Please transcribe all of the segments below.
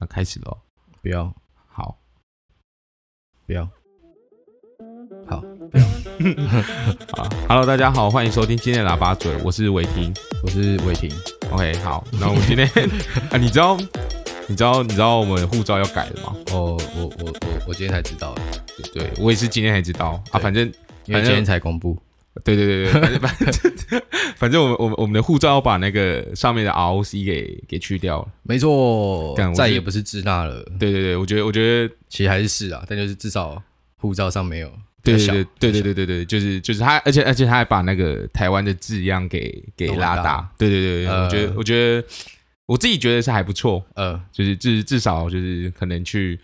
那开始喽。不要，好，不要，好，啊，Hello，大家好，欢迎收听今天的喇叭嘴，我是伟霆。我是伟霆。 OK，好，那我们 今天啊，你知道，你知道，你知道我们护照要改了吗？哦，我我我我今天才知道的，对我也是今天才知道啊，对反正因为今天才公布。对对对对，反正反正 反正我们我们我们的护照要把那个上面的 ROC 给给去掉了。没错干我，是再也不是支那了，对对对，我觉得我觉得其实还是是啊，但就是至少护照上没有。对比对较小对对对对对对，就是就是他，而且而且他还把那个台湾的字样给给弄拉大大。对对对对，呃我觉得我觉得我自己觉得是还不错，呃，就是至至少就是可能去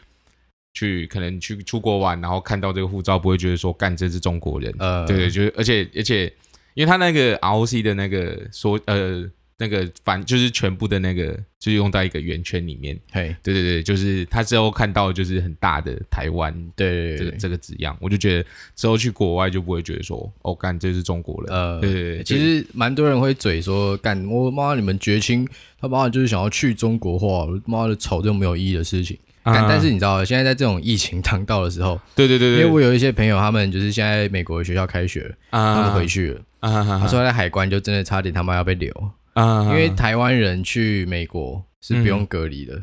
去可能去出国玩，然后看到这个护照不会觉得说干这是中国人。呃对对，就是而且而且，因为他那个 ROC 的那个说呃那个反就是全部的那个就是用到一个圆圈里面。嘿，对对对，就是他之后看到就是很大的台湾对这对个对这个字样，我就觉得之后去国外就不会觉得说，哦，干这是中国人。呃，对对对，其实蛮多人会嘴说，干我妈你们绝亲，他妈的就是想要去中国化，妈的吵这种没有意义的事情。啊但但是你知道，现在在这种疫情 当道的时候，对对因对为对，我有一些朋友，他们就是现在美国的学校开学了，他们回去了，啊啊他说在海关就真的差点他妈要被留，啊，因为台湾人去美国是不用隔离的，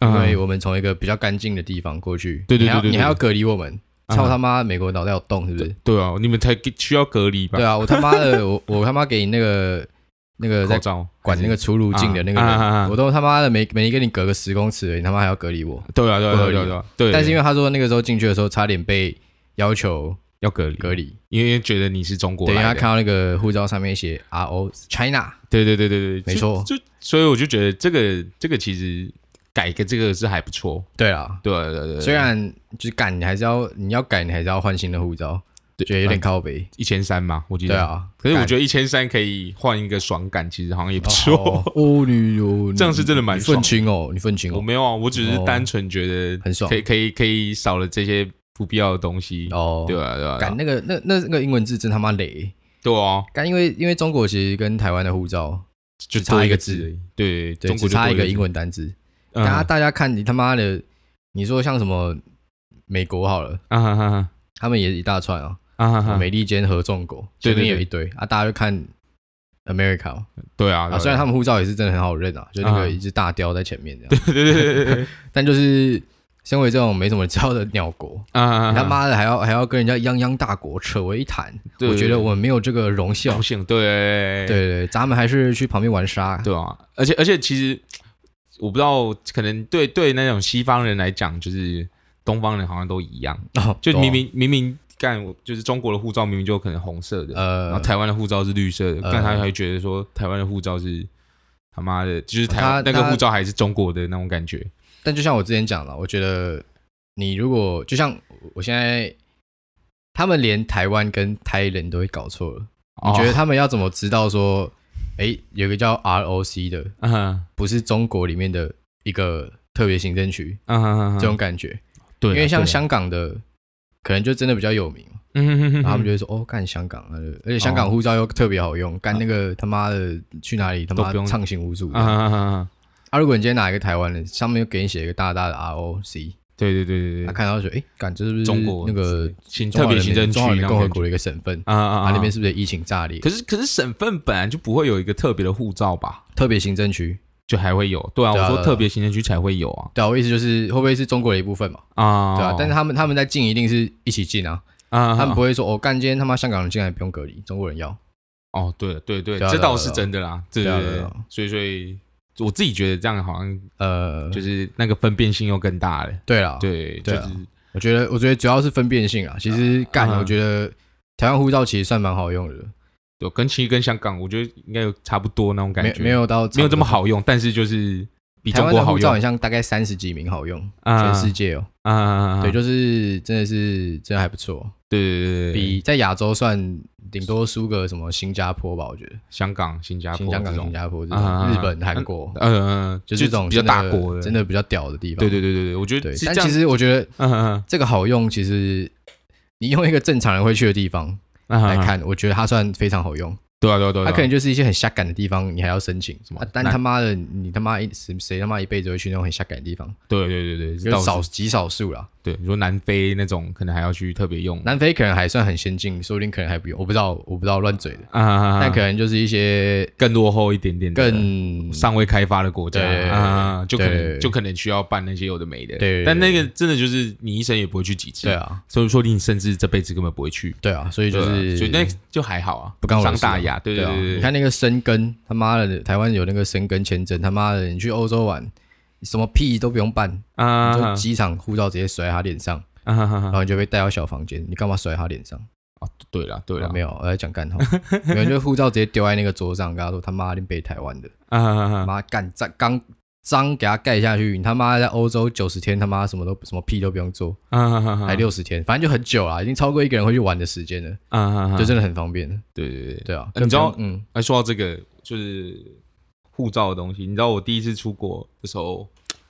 因啊为我们从一个比较干净的地方过去，嗯对对对你还要对对你还要隔离我们，啊操他妈美国脑袋有洞是不是？对啊，你们才需要隔离吧？对啊，我他妈 的，我我他妈给你那个那个口在罩管那个出入境的那个啊啊啊啊人，我都他妈的每每一个你隔个十公尺而已，你他妈还要隔离我。对啊对啊对啊对啊，对，但是因为为他说那个时候进去的时候差点被要求要隔离，隔离，因为觉得你是中国等于他来看的，到那个护照上面写 R O China，对对对对对，没错就就所以我就觉得这个这个其实改个这个是还不错，对啊，对对对对，虽然就是赶你还是要你要改你还是要换新的护照，觉得有点靠北。一千三嘛，我记对得，啊，可是我干觉得一千三可以换一个爽感，其实好像也不错。哦哦，你哦，这样是真的蛮你爽愤的青哦，你愤青我哦，没有啊，我只是哦单纯觉得很爽可以可以可以少了这些不必要的东西。哦，对啊，对啊，对干啊那个那那那个英文字真他妈雷，对啊，干因为因为中国其实跟台湾的护照就只差多一一个字字而已，对，对中国就只差多一个字英，文单字，嗯大家大家看你他妈的，你说像什么美国好了，啊哈哈哈他们也一大串啊，啊哈哈，美利坚合众国对前面对对有一堆啊，大家就看 America 哦对啊，对啊，啊虽然他们护照也是真的很好认啊，就那啊个一只大雕在前面这样。对对对对对对 但就是身为这种没怎么招的鸟国，啊，你他妈的还要还要跟人家泱泱大国扯为一谈，对我觉得我们没有这个荣高幸。兴，对对对对，咱们还是去旁边玩沙。对啊，而且而且其实我不知道，可能对对那种西方人来讲，就是东方人好像都一样，哦，就明懂明明明干，就是中国的护照明明就可能红色的，然后呃，台湾的护照是绿色的，呃但他还觉得说台湾的护照是他妈的，就是台他湾那个他护照还是中国的那种感觉。但就像我之前讲了，我觉得你如果就像我现在。他们连台湾跟 Thailand 都会搞错了，我你觉得他们要怎么知道说，哎，有个叫 ROC 的， 嗯不是中国里面的一个特别行政区嗯嗯，嗯这种感觉？对啊，因为像对啊，香港的，可能就真的比较有名，嗯哼哼哼然后他们就会说哦，干香港，那就而且香港护照又特别好用，干那个他妈的去哪里他哦都妈不用畅行无阻。 啊啊，啊啊啊，如果你今天拿一个台湾的，上面又给你写一个大大的 ROC，对对对对他对，看到说，哎，干这是不是嗯中国那个行中特华别人行民政区中华那人种民共和感觉国的一个省份？啊啊啊，啊，那边是不是疫情炸裂？可是可是省份本来就不会有一个特别的护照吧？特别行政区，就还会有，对啊，对啊我对说啊特别行政区才会有啊对啊，我意思就是会不会是中国的一部分嘛？啊，对啊，但是他们他们在进一定是一起进啊，啊，他们啊不会说哦，干今天他妈香港人进来不用隔离，中国人要。哦，对对对，对啊这对啊倒对啊是真的啦，对对啊对对对啊对啊，所以所以我自己觉得这样好像呃，就是那个分辨性又更大了，对啦，对，就对是啊我觉得，我觉得主要是分辨性啊。其实干，嗯我觉得台湾护照其实算蛮好用的，有跟其实跟香港，我觉得应该有差不多那种感没觉，没有到没有这么。好用，但是就是比台中湾国的好护照用很像大概三十几名好用，啊全世界哦。啊啊啊，啊对，就是真的是真的还不错，对对对对，比在亚洲算顶多输个什么新加坡吧，我觉得香港、新加坡新香港、这种新加坡这啊啊种，啊日本、韩国，嗯嗯，嗯就是这种比较真的大国真的，的比较屌的地方。对对对对对，我觉对得是这但样其，实我觉得嗯嗯这个好用，其实你用一个正常人会去的地方嗯，来嗯，看，我觉得它算非常好用。对啊对啊对啊，他可能就是一些很下感的地方，你还要申请什么么？啊但那他妈的，你他妈一谁谁他妈一辈子会去那种很下感的地方？对对对对，有到少极少数啦。对你说南非那种可能还要去特别用南非可能还算很先进，说不定可能还不用，我不知道，我不知道乱嘴的。啊啊，啊但可能就是一些更落后一点点的，更尚未开发的国家对对对啊，就可对能就可能需要办那些有的没的。对对但那个真的就是你一生也不会去几次，对，啊，所以说不定你甚至这辈子根本不会去，对啊，所以对就啊是所以那就还好啊，不干我的上事啊大雅，对对啊对对，你看那个生根，他妈的，台湾有那个生根签证，他妈的，你去欧洲玩，什么屁都不用办，你就啊机场护照直接甩在他脸上，啊哈哈哈然后你就被带到小房间，你干嘛甩在他脸上？啊，对了对啊了，没有，我在讲 干话，没有，就护照直接丢在那个桌上，跟他说他妈的北台湾的，啊哈哈哈妈干脏刚脏给他盖下去，你他妈在欧洲九十天，他妈什么都什么屁都不用做，啊哈哈哈还六十天，反正就很久啊啦，已经超过一个人会去玩的时间了，啊哈哈，就真的很方便。对对对。对啊，呃你知道嗯，哎，说到这个就是护照的东西，你知道我第一次出国的时候，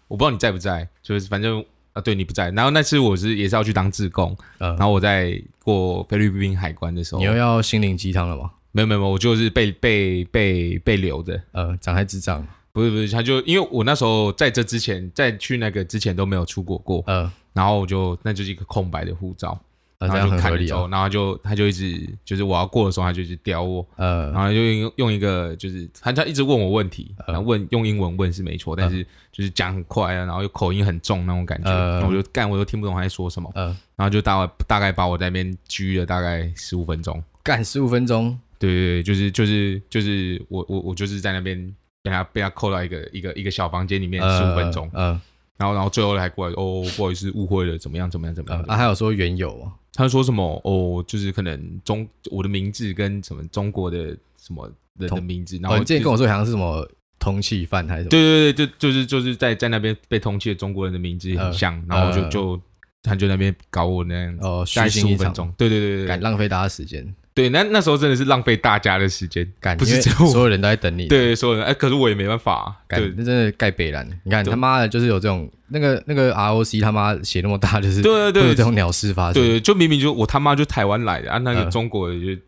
我不知道你在不在，就是反正啊，对你不在。然后那次我是也是要去当志工，嗯然后我在过菲律宾海关的时候，你又要心灵鸡汤了吗？没有没有，没有我就是被被被被留的，呃，长还智障，不是不是，他就因为我那时候在这之前，在去那个之前都没有出国过，呃，然后我就那就是一个空白的护照，呃，然这后样就很看合了理之哦后，。然后他就他就一直就是我要过的时候，他就一直叼我，呃，然后就用用一个就是他他一直问我问题，嗯然后问用英文问是没错，但是就是讲很快啊，然后又口音很重那种感觉，呃然后我就干我都听不懂他在说什么，呃然后就大大概把我在那边拘了大概十五分钟，干十五分钟，对对对，就是就是就是我我我就是在那边被他被他扣到一个一个一个小房间里面呃十五分钟，呃，然后然后最后还过来哦不好意思误会了怎么样怎么样怎么呃样，啊，还有说缘由啊，他说什么哦就是可能中我的名字跟什么中国的什么人的同名字，然哦，后你之前就跟我说好像是什么通气犯还是什么？对对对，就就是就是在在那边被通缉的中国人的名字很像，然后我就呃就他就在那边搞我那样，哦，虚大概十惊一五分场，钟，对对对对敢对，浪费大家时间，对那那时候真的是浪费大家的时间，敢不因是为只有所我，有人都在等你，，对所有人，哎，可是我也没办法啊，敢对那真的盖北兰，你看对他妈的，就是有这种那个那个 ROC 他妈写那么大，就是对会有对这对种鸟事发生，对，就明明就我他妈就台湾来的啊，那个呃中国的就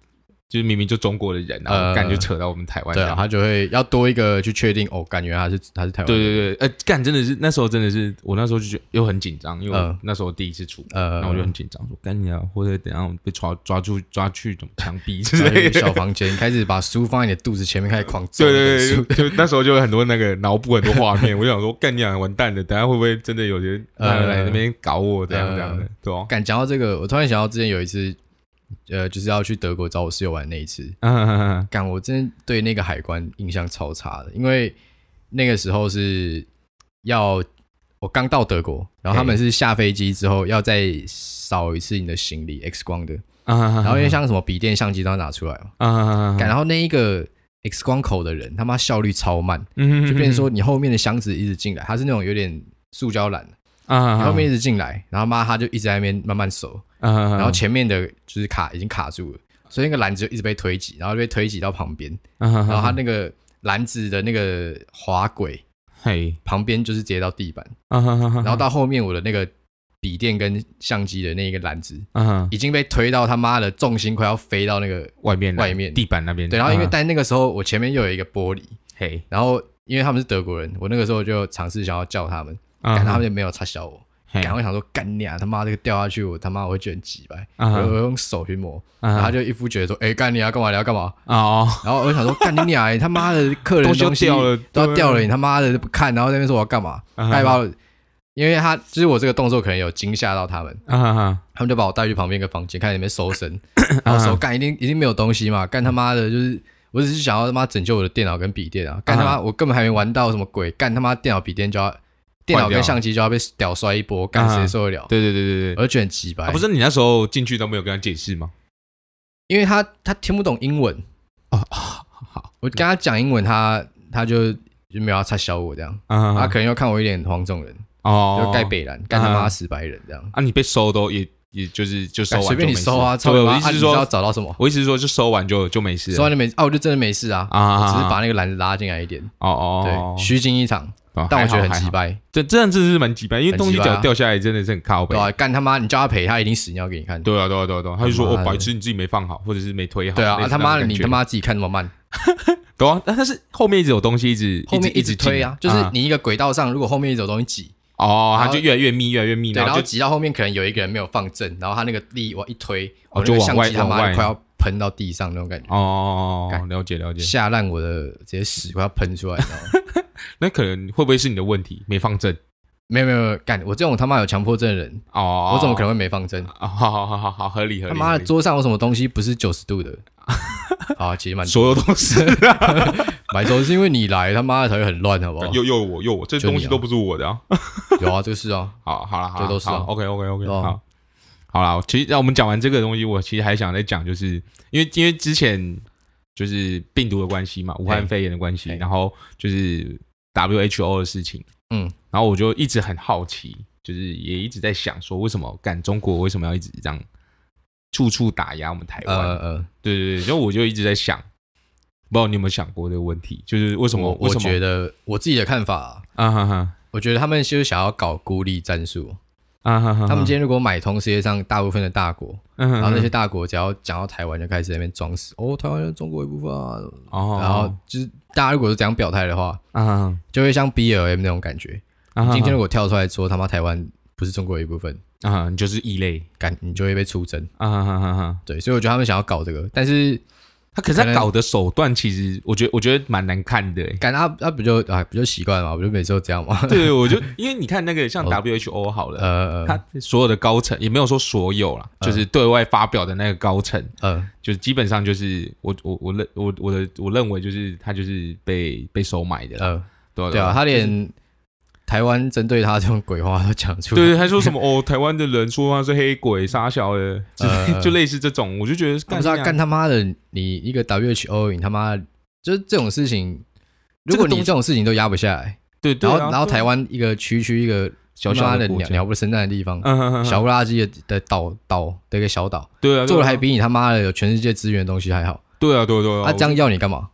就是明明就中国的人，然呃后干就扯到我们台湾对来啊，，他就会要多一个去确定，哦，感觉他是他是台湾，对，对对，呃，干真的是那时候真的是我那时候就觉得又很紧张，因为我呃那时候第一次出国。呃，那我就很紧张，说干你啊，或者等一下我被抓抓住抓去怎么枪毙之然后类就去的。小房间开始把书放在你的肚子前面，开始狂揍对你的 对书 对，就就那时候就有很多那个脑补很多画面，我就想说干你啊，完蛋了，等一下会不会真的有人呃呃来那边搞我这样呃这样的，对吧？敢讲到这个，我突然想到之前有一次，呃，就是要去德国找我室友玩那一次，嗯干我真的对那个海关印象超差的，因为那个时候是要我刚到德国，然后他们是下飞机之后要再扫一次你的行李 X 光的，嗯，然后因为像什么笔电、相机都要拿出来嘛，啊干然后那一个 X 光口的人他妈效率超慢，嗯就变成说你后面的箱子一直进来，它是那种有点塑胶篮，啊你后面一直进来，然后妈他就一直在那边慢慢搜。啊，然后前面的就是卡已经卡住了，所以那个篮子就一直被推挤，然后就被推挤到旁边，然然后它那个篮子的那个滑轨嘿，旁边就是直接到地板，然然后后到后面我的那个笔电跟相机的那个篮子啊已经被推到他妈的重心快要飞到那个外面外面地板那边，对，然后因为啊但那个时候我前面又有一个玻璃，嘿，然后因为他们是德国人，我那个时候就尝试想要叫他们，啊但他们就没有插小我。嘿然后想说干你啊，他妈这个掉下去，我他妈我会觉得很急掰，我啊哈我用手去摸，啊然哈后他就一副觉得说，哎、干你啊，干嘛你要干嘛？哦，然后我就想说，干你啊，你他妈的客人的东西西要掉了都要对啊掉了，你他妈的不看，然后在那边说我要干嘛？啊哈他也把我，因为他就是我这个动作可能有惊吓到他们，啊哈他们就把我带去旁边一个房间，看里面 搜身，然啊后搜干一定一定没有东西嘛，干他妈的就是。我只是想要他妈拯救我的电脑跟笔电啊！干他妈，我根本还没玩到什么鬼，干他妈电脑笔电就要，电脑坏掉跟相机就要被屌摔一波，干啊谁受得了？对对对对对我就觉得很鸡掰、啊，不是你那时候进去都没有跟他解释吗？因为他他听不懂英文哦我跟他讲英文，他他就就没有要插小我这样，啊他可能又看我一脸黄种人，哦，就盖北兰，干他妈啊死白人这样，啊，你被收都也也就是就收干完随便你就没事收啊，对，操你我妈！意啊思你是知道说，找到什么，我意思是说就收完就就没事收了完就没啊，我就真的没事啊，啊我只是把那个篮子拉进来一点，哦哦，对，虚惊一场，哦但我觉得还好很鸡，还好掰，这这样真的是蛮鸡掰，因为很东西鸡掰掉啊掉下来真的是很靠背对。啊，干他妈，你叫他赔，他一定死尿给你看。对啊，对啊，对啊，对啊，他就说他哦妈，的白痴，你自己没放好，或者是没推好。对啊，类啊似他那种妈的，感你觉他，妈自己看那么慢，懂啊？但但是后面一直有东西，一直后面一一直直推啊，就是你你一个轨道上，如果后面一直有东西挤，哦，然他后就越来越密，越来越密，对，然后就挤到后面可能有一个人没有放正，然后他那个力往一推，哦我那就个往相外机他往妈外就快要喷到地上那种感觉，哦，干了解了解。吓烂我的直接屎快要喷出来，你知道吗？那可能会不会是你的问题？没放正 没有没有没有，干我这种他妈有强迫症的人，哦，我怎么可能会没放正？哦？好好好好好，合理合理。他妈合的，理桌上有什么东西不是九十 度的？啊，其实蛮所有东 西买手是因为你来，他妈的才会很乱，好不好？又又我又我，这就你东西啊都不是我的啊。有啊，就是 啊，好，好了，好啦，这都是啊 OK OK OK，对啊好，好了。其实让我们讲完这个东西，我其实还想再讲，就是因为因为之前就是病毒的关系嘛，武汉嘿肺炎的关系，嘿然后就是 WHO 的事情，嗯，然后我就一直很好奇，就是也一直在想说，为什么干中国为什么要一直这样处处打压我们台呃湾？呃，对对对，然后我就一直在想，不知道你有没有想过这个问题，就是为什么我为我什么觉得我自己的看法啊、啊哈哈我觉得他们就是想要搞孤立战术。啊哈哈，他们今天如果买通世界上大部分的大国，嗯哼然后那哼些大国只要讲到台湾就开始在那边装死，哦，台湾是中国一部分啊。哦，然后就是大家如果是这样表态的话，啊哈哈就会像 BLM 那种感觉。啊哈今天如果跳出来说他妈台湾不是中国一部分，啊，你就是异类感你就会被出征。啊哈哈哈哈。对，所以我觉得他们想要搞这个，但是他可是他可能搞的手段，其实我觉得我觉得蛮难看的欸。感他他不就啊不就习惯了嘛，不就每次都这样嘛。对，我就因为你看那个像 WHO 好了， 哦呃呃他所有的高层也没有说所有啦，就是对外发表的那个高层，呃，就是基本上就是我我我认我我的我认为就是他就是被被收买的啦，呃，对对啊，他他连台湾针对他这种鬼话都讲出来，对对，他说什么哦，台湾的人说他是黑鬼傻小的，就呃 就类似这种，我就觉得他不是啊你娘干他妈的，你一个 WHO，你他妈就是这种事情，这个如果你东西这种事情都压不下来，对对然啊，后然后台湾一个区区一个小他妈小的国鸟家，鸟不生蛋的地方，嗯哼哼哼小不拉几的的岛岛的一个小岛，对啊，做的还比。比你他妈的有全世界资源的东西还好，对啊，对啊对啊，啊，这样我要你干嘛？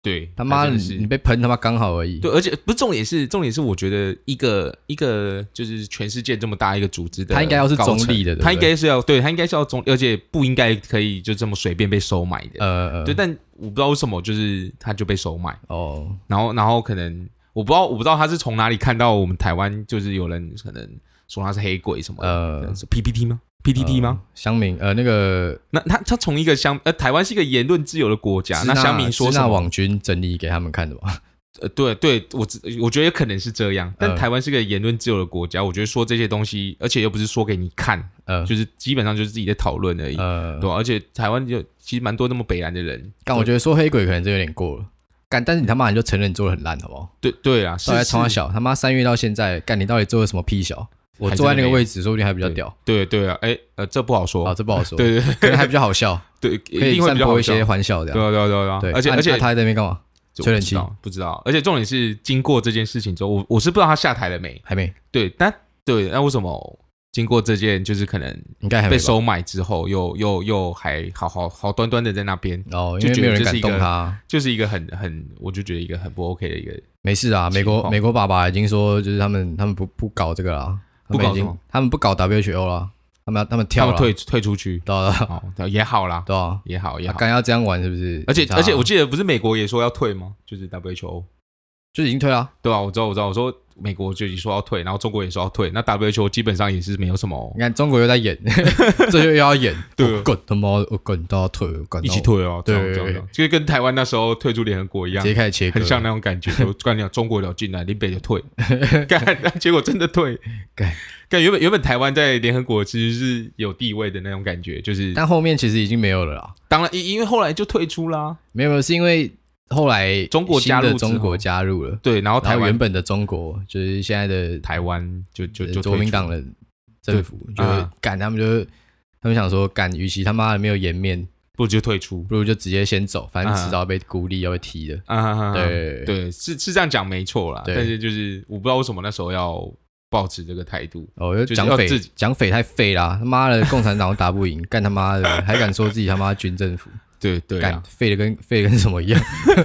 对他妈还的，真是你被喷他妈刚好而已。对，而且不是重点是重点是，我觉得一个一个就是全世界这么大一个组织的高层，他应该要是中立的对不对他应该是要对他应该是要中，而且不应该可以就这么随便被收买的。呃呃，对，但我不知道为什么，就是他就被收买，哦，然后然后可能我不知道我不知道他是从哪里看到我们台湾就是有人可能说他是黑鬼什么的，呃可能是 PPT 吗？PTT 吗？乡民呃那个那他他从一个乡呃台湾是一个言论自由的国家，支那那乡民说支什那么网军整理给他们看的吧？呃，对对，我知我觉得可能是这样，但嗯台湾是个言论自由的国家，我觉得说这些东西，而且又不是说给你看， 呃就是基本上就是自己在讨论而已，呃，对吧、而且台湾有其实蛮多那么北蓝的人，但我觉得说黑鬼可能真有点过了。干，但是你他妈你就承认你做的很烂，好不好？对对啊，是到底在是从小他妈三月到现在，干你到底做了什么屁小？我坐在那个位置，说不定还比较屌。对对啊，哎呃，这不好啊，说，这不好说，对对可能还比较好笑，对，可一以定会散比较好播一笑些欢笑的对。啊对啊对啊，对，而且啊而且啊他还在那边干嘛？就吹冷不知气道不知道，而且重点是经过这件事情之后，我我是不知道他下台了没，还没，对，但对，那为什么经过这件就是可能应该还被没吧。收买之后，又又又还好好好端端的在那边，哦，就因为觉没有得人这是敢一个动他。就是一个很很，我就觉得一个很不 OK 的一个，没事啊，美情国况美国爸爸已经说，就是他们他们不不搞这个啦，他不们搞已什经么他们不搞 WHO 了，他们要他们他跳们了，退退出去， 对啊对啊哦，也好啦，对啊，也好也啊好，刚要这样玩是不是？而且没差啊而且我记得不是美国也说要退吗？就是 WHO 就已经退了，对吧、啊我知道我知道，我说美国就已经说要退，然后中国也说要退，那 WHO 基本上也是没有什么你看中国又在演， 这又要演， 对我滚他妈，我滚都要退，我滚一起，退哦，这样对这样这样，就是跟台湾那时候退出联合国一直样接。开始切割，很像那种 感觉，我跟你讲，中国了进来，林北就退，干，那结果真的退，干干，原本原本台湾在联合国其实是有地位的那种感觉，就是但后面其实已经没有了啦，当然，因因为后来就退出啦，没有没有，是因为后来中国加入新的之后中国加入了，对，然后台然后原湾本的中国就是现在的台湾就就就呃国民退出党的政府，就啊赶他们就他们想说，赶，与其他妈的没有颜面，不就退出不如就直接先走，反正啊迟早要被孤立，要被踢的。啊，对对，是是这样讲没错啦，对但是就是我不知道为什么那时候要保持这个态度，哦，就就是讲要匪自己讲匪太废啦！他妈的，共产党都打不赢，干他妈的还敢说自己他妈军政府？对 对干啊，废的跟废的跟什么一样。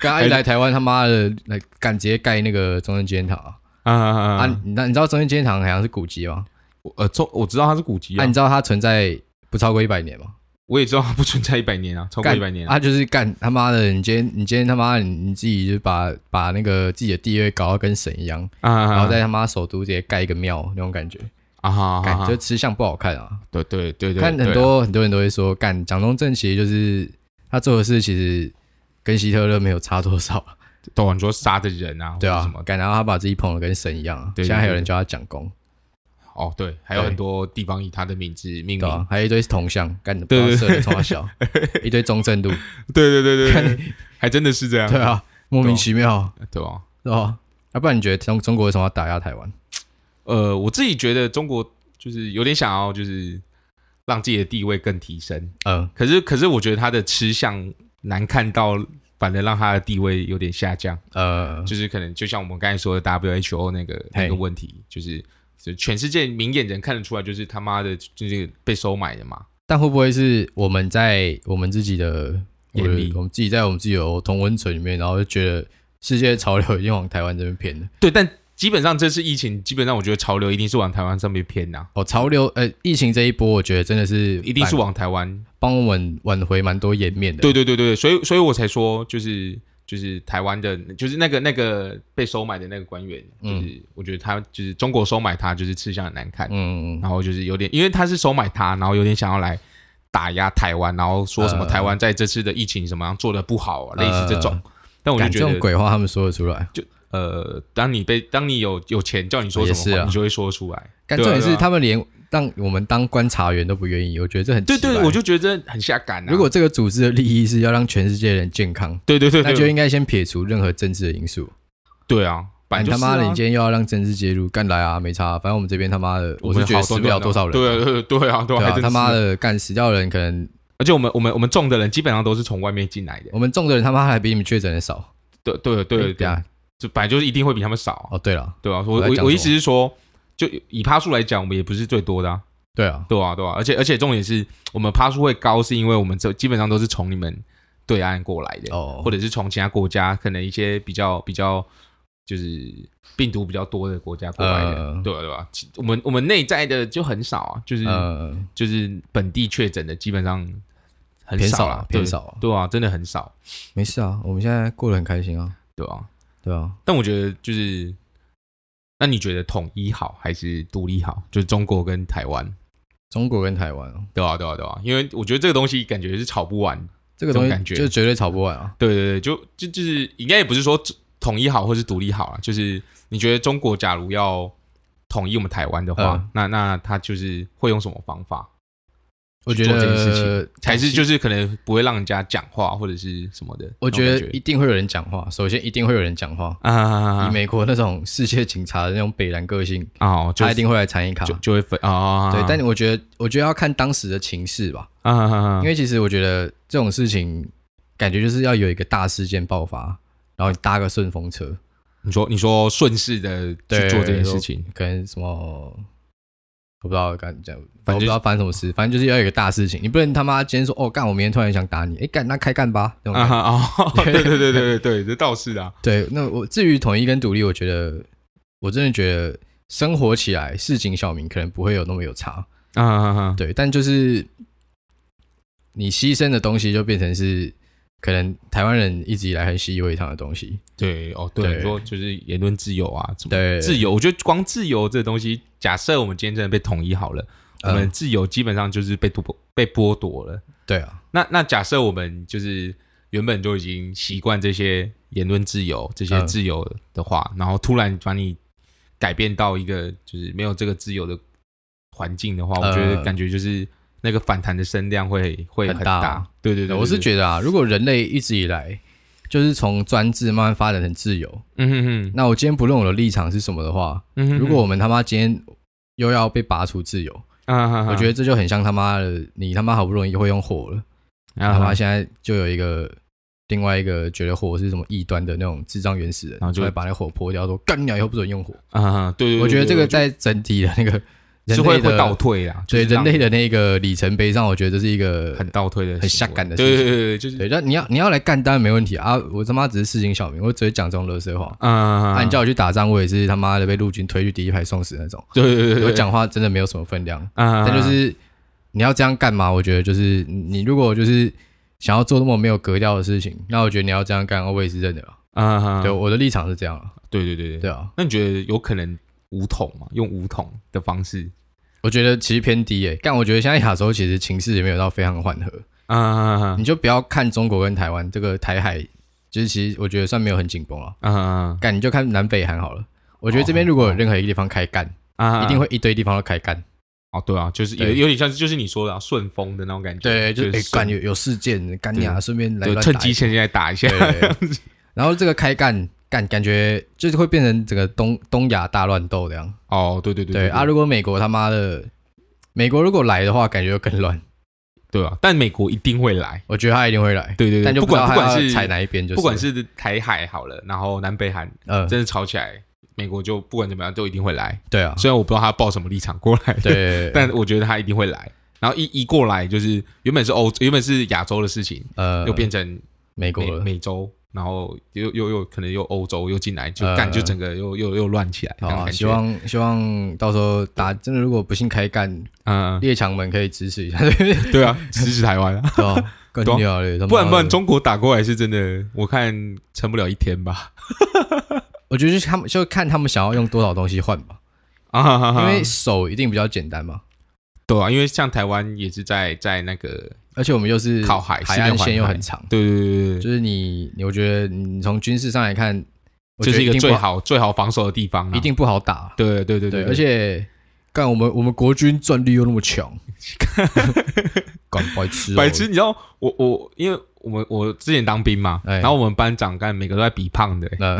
刚刚一来台湾，他妈的来干直接盖那个中正纪念堂啊！啊啊啊啊，啊！你那你知道中正纪念堂好像是古迹吗？我呃，中我知道它是古籍啊，啊你，知道它存在不超过一百年吗？我也知道它不存在一百年啊，超过干一百年啊啊，就是干他妈的！你今天你今天他妈的你你自己就把把那个自己的地位搞到跟神一样，啊啊然后啊在他妈首都直接盖一个庙那种感觉，啊啊啊感啊觉！吃相不好看啊！对对对对，看对很啊多很多人都会说，干蒋中正其实就是他做的事，其实跟希特勒没有差多少，啊懂你说杀的人啊，对或者啊哦什么，感然后他把自己捧得跟神一样啊，对对现在还有对人叫他蒋公，哦，对，还有对很多地方以他的名字命名对。啊，还有一堆铜像，干的不对知对道设的 从小，一堆中正路，对对对对对，还真的是这样，对啊，莫名其妙，对啊吧？是吧？啊要不然你觉得中中国为什么要打压台湾？呃，我自己觉得中国就是有点想要就是让自己的地位更提升，嗯，可是可是我觉得他的吃相难看到，反而让他的地位有点下降。呃，就是可能就像我们刚才说的 WHO 那个那嘿个问题，就是就全世界明眼人看得出来，就是他妈的就是被收买的嘛。但会不会是我们在我们自己的眼我里我们自己在我们自己的同温层里面，然后就觉得世界的潮流已经往台湾这边偏了？对，但基本上这次疫情，基本上我觉得潮流一定是往台湾上面偏呐、哦，潮流呃，疫情这一波，我觉得真的是一定是挽往台湾。帮我们挽回蛮多颜面的。对对对对，所以所以我才说就是。就是台湾的，就是那个那个被收买的那个官员，就是、我觉得他就是中国收买他，就是吃相很难看，嗯，嗯，嗯然后就是有点，因为他是收买他，然后有点想要来打压台湾，然后说什么呃台湾在这次的疫情什么样做的不好、啊，呃类似这种。但我就敢觉这种得，鬼话，他们说得出来。呃，当你被当你有有钱叫你说什也么是话，啊你就会说出来。敢对啊重点对是啊他们连让我们当观察员都不愿意，我觉得这很对奇对，怪我就觉得这很下感、啊。如果这个组织的利益是要让全世界人健康，对对对那就对应该先撇除任何政治的因素。对啊，反你正他妈的，就你是啊今天又要让政治介入，干来啊，没差啊，反正我们这边他妈的，我是们觉得好死不了多少人对啊。对对对啊，对对啊，啊，他妈的！的干死掉的人可能而且我们我们我们中的人基本上都是从外面进来的，我们中的人他妈还比你们确诊的少。对对对哦哎等一对，啊下就本来就是一定会比他们少啊，哦，对了，对啊，我我在我讲我什意么思是说，就以趴数来讲，我们也不是最多的啊。对啊，对啊，对啊，而且而且重点是我们趴数会高，是因为我们这基本上都是从你们对岸过来的，哦或，者是从其他国家，可能一些比较比较就是病毒比较多的国家过来的，呃对啊，对啊，其我们我们内在的就很少啊，就是、呃，就是本地确诊的基本上很偏少少啊啊，，对偏少啊。对啊，真的很少，没事啊，我们现在过得很开心啊，对啊。对啊，但我觉得就是，那你觉得统一好还是独立好？就是中国跟台湾，中国跟台湾哦对啊，对啊，对啊，因为我觉得这个东西感觉是吵不完。这个东这种感西觉就绝对吵不完啊。对对对，就就就是应该也不是说统一好或是独立好啊，就是你觉得中国假如要统一我们台湾的话，嗯那那他就是会用什么方法我觉去做这件事情得才是就是可能不会让人家讲话或者是什么的我那种感？觉得一定会有人讲话，首先一定会有人讲话。以啊美国那种世界警察的那种北蓝个性，啊，就他一定会来参一卡。就就会分啊啊，啊对，但我觉得，我觉得要看当时的情势吧，啊啊啊啊因为其实我觉得这种事情，感觉就是要有一个大事件爆发，然后你搭个顺风车，你说你说顺势的去对做这件事情，可能什么，我不知道敢讲，反正反正不知道发生什么事，反正就是要有一个大事情，你不能他妈今天说哦干，我明天突然想打你，哎干，那开干吧那种啊感觉。哈哦，对对对对对对，这倒是的啊，对，那我至于统一跟独立，我觉得我真的觉得生活起来市井小民可能不会有那么有差，啊啊啊，对，但就是你牺牲的东西就变成是可能台湾人一直以来很习以为常的东西，对哦，对，对你说就是言论自由啊，什么对自由，我觉得光自由这东西，假设我们今天真的被统一好了，我嗯们自由基本上就是被突破、被剥夺了。对啊，那那假设我们就是原本就已经习惯这些言论自由、这些嗯自由的话，然后突然把你改变到一个就是没有这个自由的环境的话，我觉得嗯感觉就是那个反弹的声量会会很很大对对对对我是得，觉得啊，如果人类一直以来就是从专制慢慢发展成自由，嗯哼哼，那我今天不论我的立场是什么的话，嗯哼哼如果我们他妈今天又要被拔除自由，啊哈哈，我觉得这就很像他妈的你他妈好不容易会用火了。啊他哈妈现在就有一个另外一个觉得火是什么异端的那种智障原始人，啊然后就出来把那火泼掉，说干你娘以后不准用火。啊哈，对对对，我觉得对这个对在整体的那个是会人类会的倒退啦，所以就是让人类的那个里程碑上，我觉得这是一个很倒退的行为，很下感的事对情对对对，就是对。但你要你要来干，当然没问题啊！我他妈只是市井小民，我只会讲这种垃圾话。啊啊，你叫我去打仗，我也是他妈的被陆军推去第一排送死那种。对对对对我对，讲话真的没有什么分量，啊，但就是你要这样干嘛？我觉得就是你你如果就是想要做那么没有格调的事情，那我觉得你要这样干，我也是认的啦。啊，对对，我的立场是这样了。对对对对啊，那你觉得有可能五桶吗？用五桶的方式我觉得其实偏低诶、但我觉得现在亚洲其实情势也没有到非常缓和，啊你就不要看中国跟台湾这个台海，就是其实我觉得算没有很紧绷了。啊干你就看南北韩好了。我觉得这边如果有任何一个地方开干，啊一定会一堆地方都开干。哦，对啊，就是有对有点像是就是你说的啊顺风的那种感觉，对，就是哎是干有有事件干你啊，顺便来对乱趁打一机趁现在打一下下。，对对对然后这个开干干感觉就是会变成整个东东亚大乱斗这样。哦，对对对对啊，，如果美国他妈的，美国如果来的话，感觉就更乱。对啊，但美国一定会来，我觉得他一定会来，对对对，但就不知道管不他管要是踩哪一边，就是不管是台海好了，然后南北韩呃，真的吵起来，美国就不管怎么样都一定会来。对啊，虽然我不知道他抱什么立场过来，对，对对 但我觉得他一定会来。然后一一过来，就是原本是欧，原本是亚洲的事情，呃又变成美国美了。美洲，然后又又又可能又欧洲又进来，就呃干就整个又又又乱起来。好这样啊，感觉希望希望到时候打真的，如果不幸开干，嗯，列强们可以支持一下， 对啊，支持台湾啊，对啊，更对啊屌嘞！他妈的不然不然，中国打过来是真的，我看撑不了一天吧。我觉得就是他们就看他们想要用多少东西换吧，啊哈哈 因哈，为手一定比较简单嘛，对啊，因为像台湾也是在在那个，而且我们又是靠海海四面岸环线又海很长，对对对对对，就是你，你我觉得你从军事上来看，我这觉是得一个定最不好，好最好防守的地方、啊，一定不好打，对对对对，对，而且干我们我们国军战力又那么强， 干白痴哦，白痴，你知道我我因为我们我之前当兵嘛，哎然后我们班长干每个都在比胖的、欸那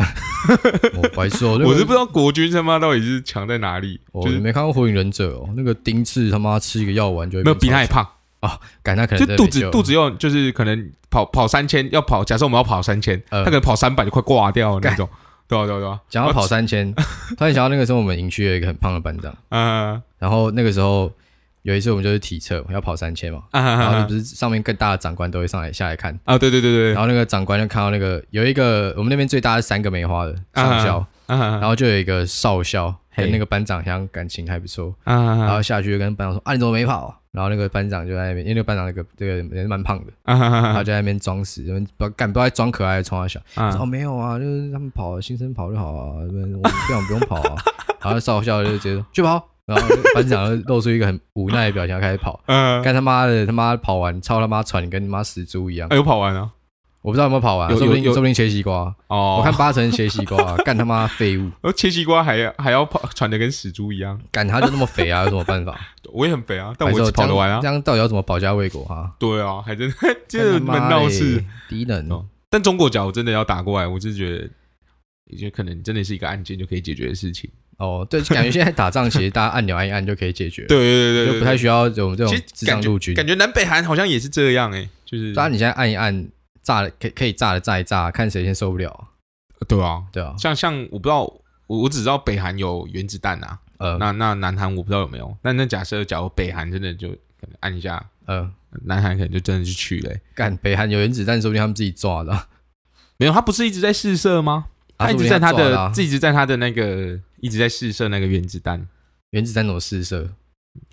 我白痴哦， 那个我是不知道国军他妈到底是强在哪里，我就是哦没看过《火影忍者》哦，那个丁字他妈吃一个药丸就会没有变比他超还胖，干，那可能就真的肚没子救肚子又就是可能跑跑三千要跑，假设我们要跑三千，他呃可能跑三百就快挂掉了那种，对啊对啊对啊，想要跑 三千，突然想到那个时候我们营区有一个很胖的班长，嗯然后那个时候有一次我们就是体测要跑三千嘛，啊然后就啊不是上面更大的长官都会上来下来看，啊对对对对，然后那个长官就看到那个有一个我们那边最大的三个梅花的上校，啊然后就有一个少校嘿跟那个班长好像感情还不错，然啊后下去就跟班长说啊你怎么没跑啊？然后那个班长就在那边，因为那个班长那个这个人蛮胖的，然后啊就在那边装死，那边不知道干不知道在装可爱还是装他小。啊哦，！没有啊，就是他们跑，新生跑就好啊，我们不想不用跑啊。 然后少校就直接说去跑，然后班长就露出一个很无奈的表情，要开始跑。嗯，干他妈的，他妈跑完操他妈喘，跟他妈死猪一样哎。有跑完了我不知道有没有跑完，啊有说不定有有说不定切西瓜。啊哦，我看八成切西瓜，啊干他妈废物，然后切西瓜还要还要跑，喘的跟死猪一样。干他就那么肥啊，有什么办法？我也很肥啊， 但白痴我哦跑得完啊这。样这样到底要怎么保家卫国哈？对啊，还真的 干这他门妈道嘞是。低能哦但中国假如真的要打过来，我就觉得，也就可能真的是一个按键就可以解决的事情。哦，对，感觉现在打仗其实大家按钮按一按就可以解决，对对对对就对，不太需要我们这种其实智感障觉陆军。感觉南北韩好像也是这样哎、就是当然，啊你现在按一按，炸了可以可以炸的炸一炸，看谁先受不了，对啊，对啊，像像我不知道，我我只知道北韩有原子弹啊，呃那那南韩我不知道有没有。但那假设假如北韩真的就可能按一下，呃，南韩可能就真的是去了欸、干北韩有原子弹，说不定他们自己 抓的啊，没有，他不是一直在试射吗？他一说不直定在他抓的，啊一直在他的那个，一直在试射那个原子弹，原子弹怎么试射？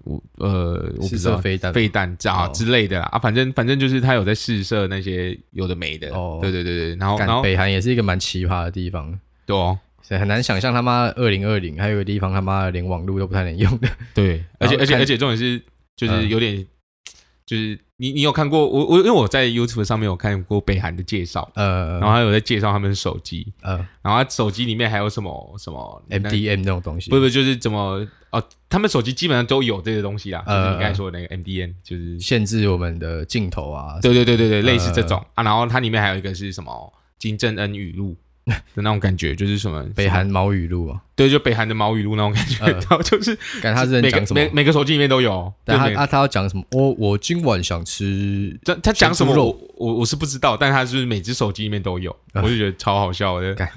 我呃，我不试知射道飞弹飞弹炸哦之类的啦啊，反正反正就是他有在试射那些有的没的，哦对对对对，然后然干后北韩也是一个蛮奇葩的地方，对哦，所以很难想象他妈二零二零还有个地方他妈的连网络都不太能用的， 对，而且然后而且看而且重点是就是嗯有点。就是你，你有看过我我因为我在 YouTube 上面有看过北韩的介绍，然后呃他有在介绍他们的手机，呃然后他手机里面还有什么什么那，MDM 那种东西，不不，就是怎么哦，他们手机基本上都有这些东西啦，就呃是你刚才说的那个 MDN，就是限制我们的镜头啊，对对对对对，类似这种啊。然后它里面还有一个是什么金正恩语录的那种感觉，就是什么 北什韩么毛语录啊，对，就北韩的毛语录那种感觉。呃 然后就是干他是每在个讲什么每？每个手机里面都有，但对他每个啊他要讲什么？我我今晚想吃，他他讲什么咸猪我肉我我是不知道，但他就是每只手机里面都有，我啊就觉得超好笑的。干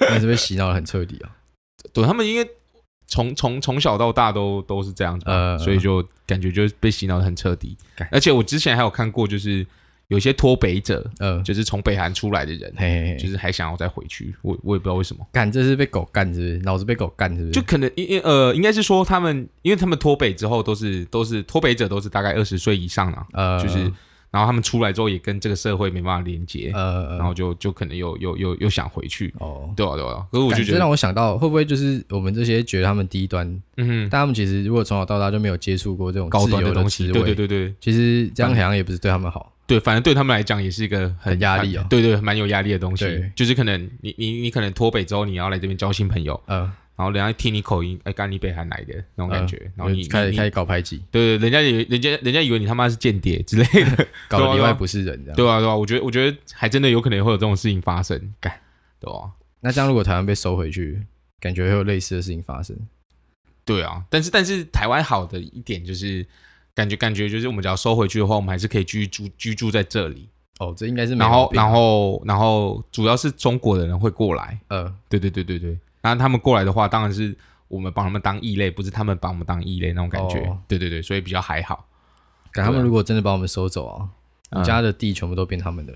那是被洗脑的很彻底啊。对他们因为从从从小到大都都是这样子吧，呃啊所以就感觉就是被洗脑的很彻底干。而且我之前还有看过，就是有些脱北者，呃，就是从北韩出来的人，嘿嘿嘿，就是还想要再回去，我我也不知道为什么，干，这是被狗干是不是？脑子被狗干是不是？就可能因因呃，应该是说他们，因为他们脱北之后都是都是脱北者都是大概二十岁以上啊，呃，就是然后他们出来之后也跟这个社会没办法连接，呃然后就就可能又又又又想回去，哦，对啊对啊，可是我就感觉这得，让我想到，会不会就是我们这些觉得他们低端，嗯哼，但他们其实如果从小到大就没有接触过这种高自端由东职西，位，对对对对其实这样好像也不是对他们好。对，反正对他们来讲也是一个很很压力哦对对，蛮有压力的东西对，就是可能你你你可能脱北之后你要来这边交新朋友，呃，然后人家听你口音，哎，干你北韩来的那种感觉，然后你嗯开你始你开始搞排挤，对对，人家以为人家人家以为你他妈是间谍之类的，搞对啊得里对啊外不是人这样。对啊对啊，我觉得我觉得还真的有可能会有这种事情发生，干，对啊那这样如果台湾被收回去，感觉会有类似的事情发生。对啊，但是但是台湾好的一点就是。感觉感觉就是，我们只要收回去的话，我们还是可以居住居住在这里。哦，这应该是没然后毛，病然后，然后，主要是中国的人会过来，呃，对对对对对。然后他们过来的话，当然是我们把他们当异类，不是他们把我们当异类那种感觉。哦对对对，所以比较还好。感啊他们如果真的把我们收走啊，嗯我们家的地全部都变他们的。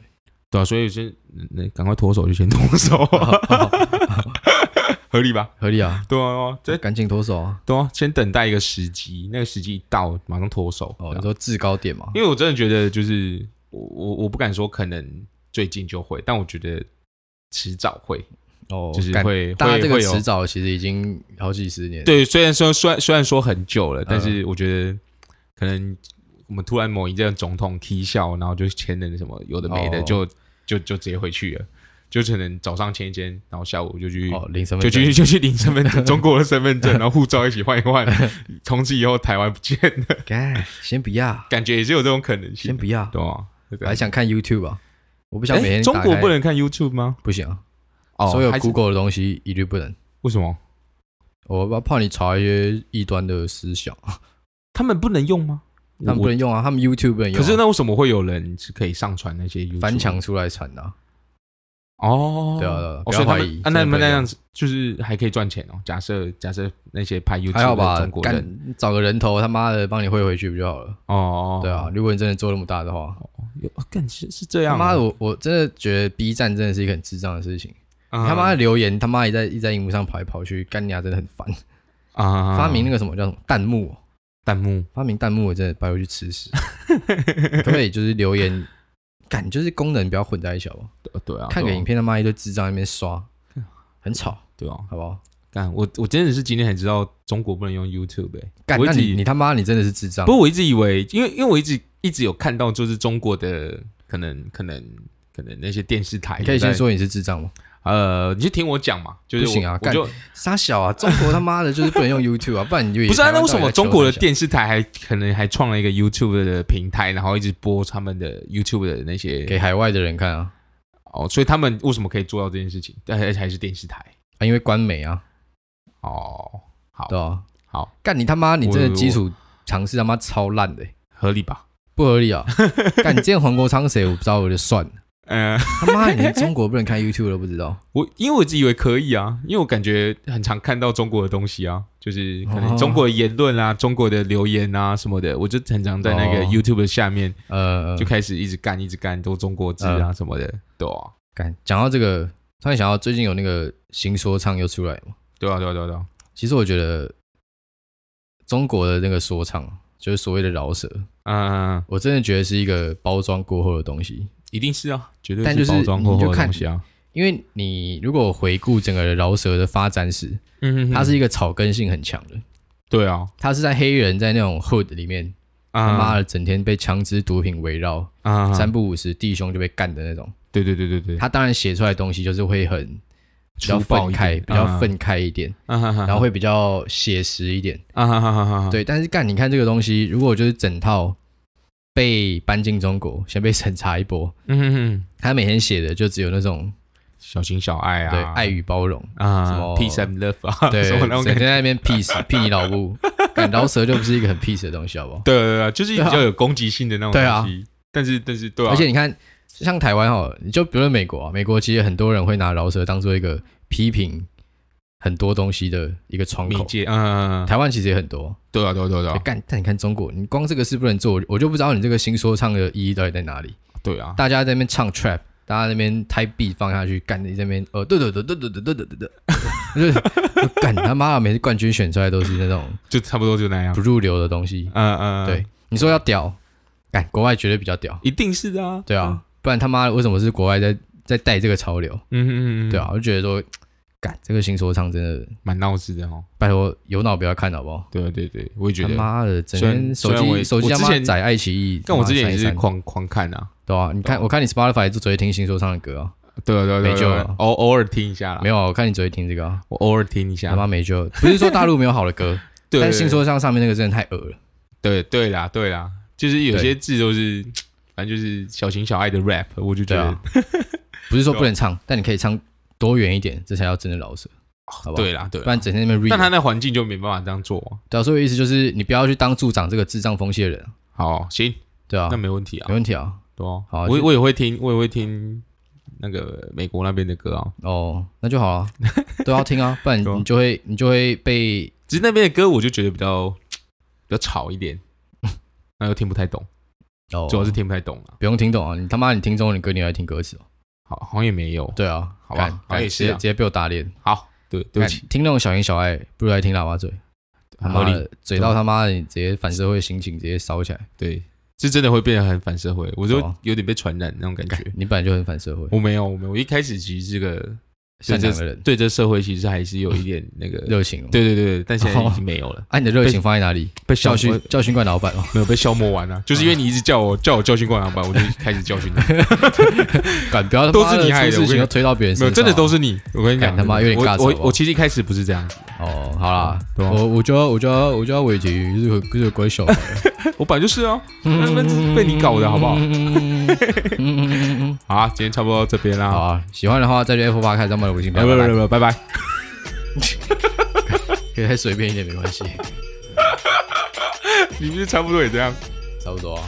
对啊，所以是那赶快脱手就先脱手， 合理吧？合理啊，对啊，对啊这赶紧脱手啊！对啊，先等待一个时机，那个时机一到，马上脱手。哦，对你啊说制高点嘛？因为我真的觉得，就是我我我不敢说可能最近就会，但我觉得迟早会，哦，就是干会大家会这个会有迟早其实已经好几十年。，对，虽然说虽然虽然说很久嗯了，但是我觉得可能我们突然某一任总统踢笑，然后就签了什么有的没的，哦就就就直接回去了，就可能早上签一签，然后下午就去。哦，零身就份证去就去领身份 证，中国的身份证，然后护照一起换一换，从此以后台湾不见了，干，先不要，感觉也是有这种可能性先的，不要，对啊，对不我还对？想看 YouTube 啊，我不想每哎天中打国开不能看 YouTube 吗？不行啊，哦所有还是 Google 的东西一律不能。为什么我怕怕你查一些异端的思想，他们不能用吗？他们不能用啊，他们 YouTube 不我能用可啊、是那为什么会有人是可以上传那些 YouTube？翻墙出来传的啊、哦，对啊对啊哦不要所以他怀们疑啊，那真的那不要那样子就是还可以赚钱哦。假设假设那些拍 YouTube 还好的吧中国？人干找个人头他妈的帮你汇回去不就好了？哦哦，对啊，，如果你真的做那么大的话，有哦干是是这他样哦，妈的我我真的觉得 B 站真的是一个很智障的事情。嗯他妈的留言他妈一在一在荧幕上跑来跑去，干你啊真的很烦。啊发明那个什么叫什么弹幕哦、弹幕发明弹幕我真的拜托去 吃屎，可不可以就是留言？感就是功能不要混在一起好不好？呃对啊，看个对啊影片他妈一堆智障在那边刷，很吵，对啊，好不好？干我我真的是今天才知道中国不能用 YouTube 欸干，我一那直你你他妈你真的是智障不，过我一直以为，因为因为我一直一直有看到就是中国的可能可能可能那些电视台你可以先在说你是智障吗？呃，你就听我讲嘛，就是不行啊我我干就傻小啊，中国他妈的就是不 能用 YouTube 啊，不然你就不是啊，台那湾为什到么底在中国的求电视台还可能还创了一个 YouTube 的平台，然后一直播他们的 YouTube 的那啥些给海外的人看啊？哦，所以他们为什么可以做到这件事情？但还还是电视台啊，因为官媒啊，哦，好对啊，好干你他妈你真我的基础常识他妈超烂的欸、合理吧？不合理啊！ 干你之前黄国昌谁我不知道我就算了，呃，他妈你连中国不能看 YouTube 都不知道，我因为我一直以为可以啊，因为我感觉很常看到中国的东西啊，就是可能哦中国的言论啊、中国的留言啊什么的，我就很常在那个哦 YouTube 的下面呃，就开始一直干、一直干都中国字啊什么的，对啊，干讲到这个，突然想到最近有那个新说唱又出来嘛，对啊，对啊，对啊，对啊，其实我觉得中国的那个说唱，就是所谓的饶舌，嗯、我真的觉得是一个包装过后的东西。一定是啊，绝对但就是包装过你后就的看东西啊。因为你如果回顾整个饶舌的发展史，嗯它是一个草根性很强的，对啊，它是在黑人在那种 hood 里面，他妈啊的整天被枪支毒品围绕，啊，三不五时弟兄就被干的那种。对对对对对，他当然写出来的东西就是会很比较粗暴愤一慨，点比较愤慨一点，啊哈哈，然后会比较写实一点。啊哈哈哈哈，对，但是干，你看这个东西，如果就是整套被搬进中国，先被审查一波， 嗯哼哼，他每天写的就只有那种小情小爱啊，对爱与包容，啊什么，peace and love 啊，对， 什么那种整感天觉。在那边 peace 屁你老母，感饶舌就不是一个很 peace 的东西，好不好？对对对，就是比较有攻击性的那种对啊东西。但是但是 对啊，而且你看，像台湾哦，你就比如说美国啊，美国其实很多人会拿饶舌当做一个批评很多东西的一个窗冥口。界，嗯嗯，嗯嗯台湾其实也很多，对啊，对啊，对啊，对哎啊，干、但你看中国，你光这个事不能做，我就不知道你这个新说唱的意义到底在哪里。对啊，大家在那边唱 trap，大家在那边拍 beat 放下去，干你这边呃，对对对对对对对对对，就是干他妈的，每次冠军选出来都是那种就差不多就那样不，入流的东西。嗯嗯，嗯对，，你说要屌，干国外绝对比较屌，一定是的啊，对啊，不然他妈的为什么是国外在在带这个潮流？嗯，嗯嗯嗯，对啊，，我就觉得说，干这个新说唱真的，蛮闹事的哦，拜托有脑不要看好不好？对啊对对，我也觉他得，妈的，整虽然天手虽然我也机手机我他之妈前载爱奇艺，但我之前也他妈是删一删狂狂看啊，对啊，你看我看你 Spotify 就只会听新说唱的歌啊，对啊对啊对啊没对救啊了，偶偶尔听一下啦，没有啊，我看你只会听这个啊，我偶尔听一下他，妈没救，不是说大陆没有好的歌， 对，但对新说唱上面那个真的太恶了，对对啦，对啦，就是有些字都是，反正就是小情小爱的 rap，我就觉对得啊，不是说不能唱，啊但你可以唱多远一点，这才叫真的老舍，好不好？哦对啦对啊不啦然整天在那边但他 read，那环境就没办法这样做啊。对啊，所以意思就是你不要去当助长这个智障风气的人啊，好，行，对啊那，没问题没啊，问题啊，对啊，好啊我就我也会听，我也会听那个美国那边的歌啊，哦，那就好了， 都要听啊，不然对啊你就会你就会被只是那边的歌我就觉得比较比较吵一 点，那又听不太懂，哦，主要是听不太懂啊。不用听懂啊，你他妈你听中文歌你还听歌词哦，好，好像也没有，对啊，好吧干好也干是直啊接直接被我打脸。好，对，对不干起，听那种小情小爱，不如来听喇叭嘴，他合妈理，的嘴到他妈的，你直接反社会心情直接烧起来，对，这真的会变得很反社会，我就对啊有点被传染那种感觉。你本来就很反社会，我没有，我没有，我一开始其实这个善良的人对这社会其实还是有一点那个，对热情哦。对对对，但现在已经没有了，啊，你的热情放在哪里？ 被消教训教训惯老板 哦，没有被消磨完了，啊就是因为你一直叫我叫我教训灌篮板，我就开始教训你，敢不要都是你他妈害的的出我跟事情你要推到别人身没有，上，真的都是你，我跟你讲，啊干他妈有点尬我手我啊我其实一开始不是 这样子，哦。好啦，对啊我我就要我就要我就要委屈，就是就是乖 小孩，我本来就是啊，那那被你搞的好不好？嗯嗯嗯嗯嗯嗯嗯好啊，今天差不多到这边好啦，啊，喜欢的话再去 F 八开张我的微信不表不达，不不，拜拜。可以再随便一点没关系，你不是差不多也这样？差不多啊。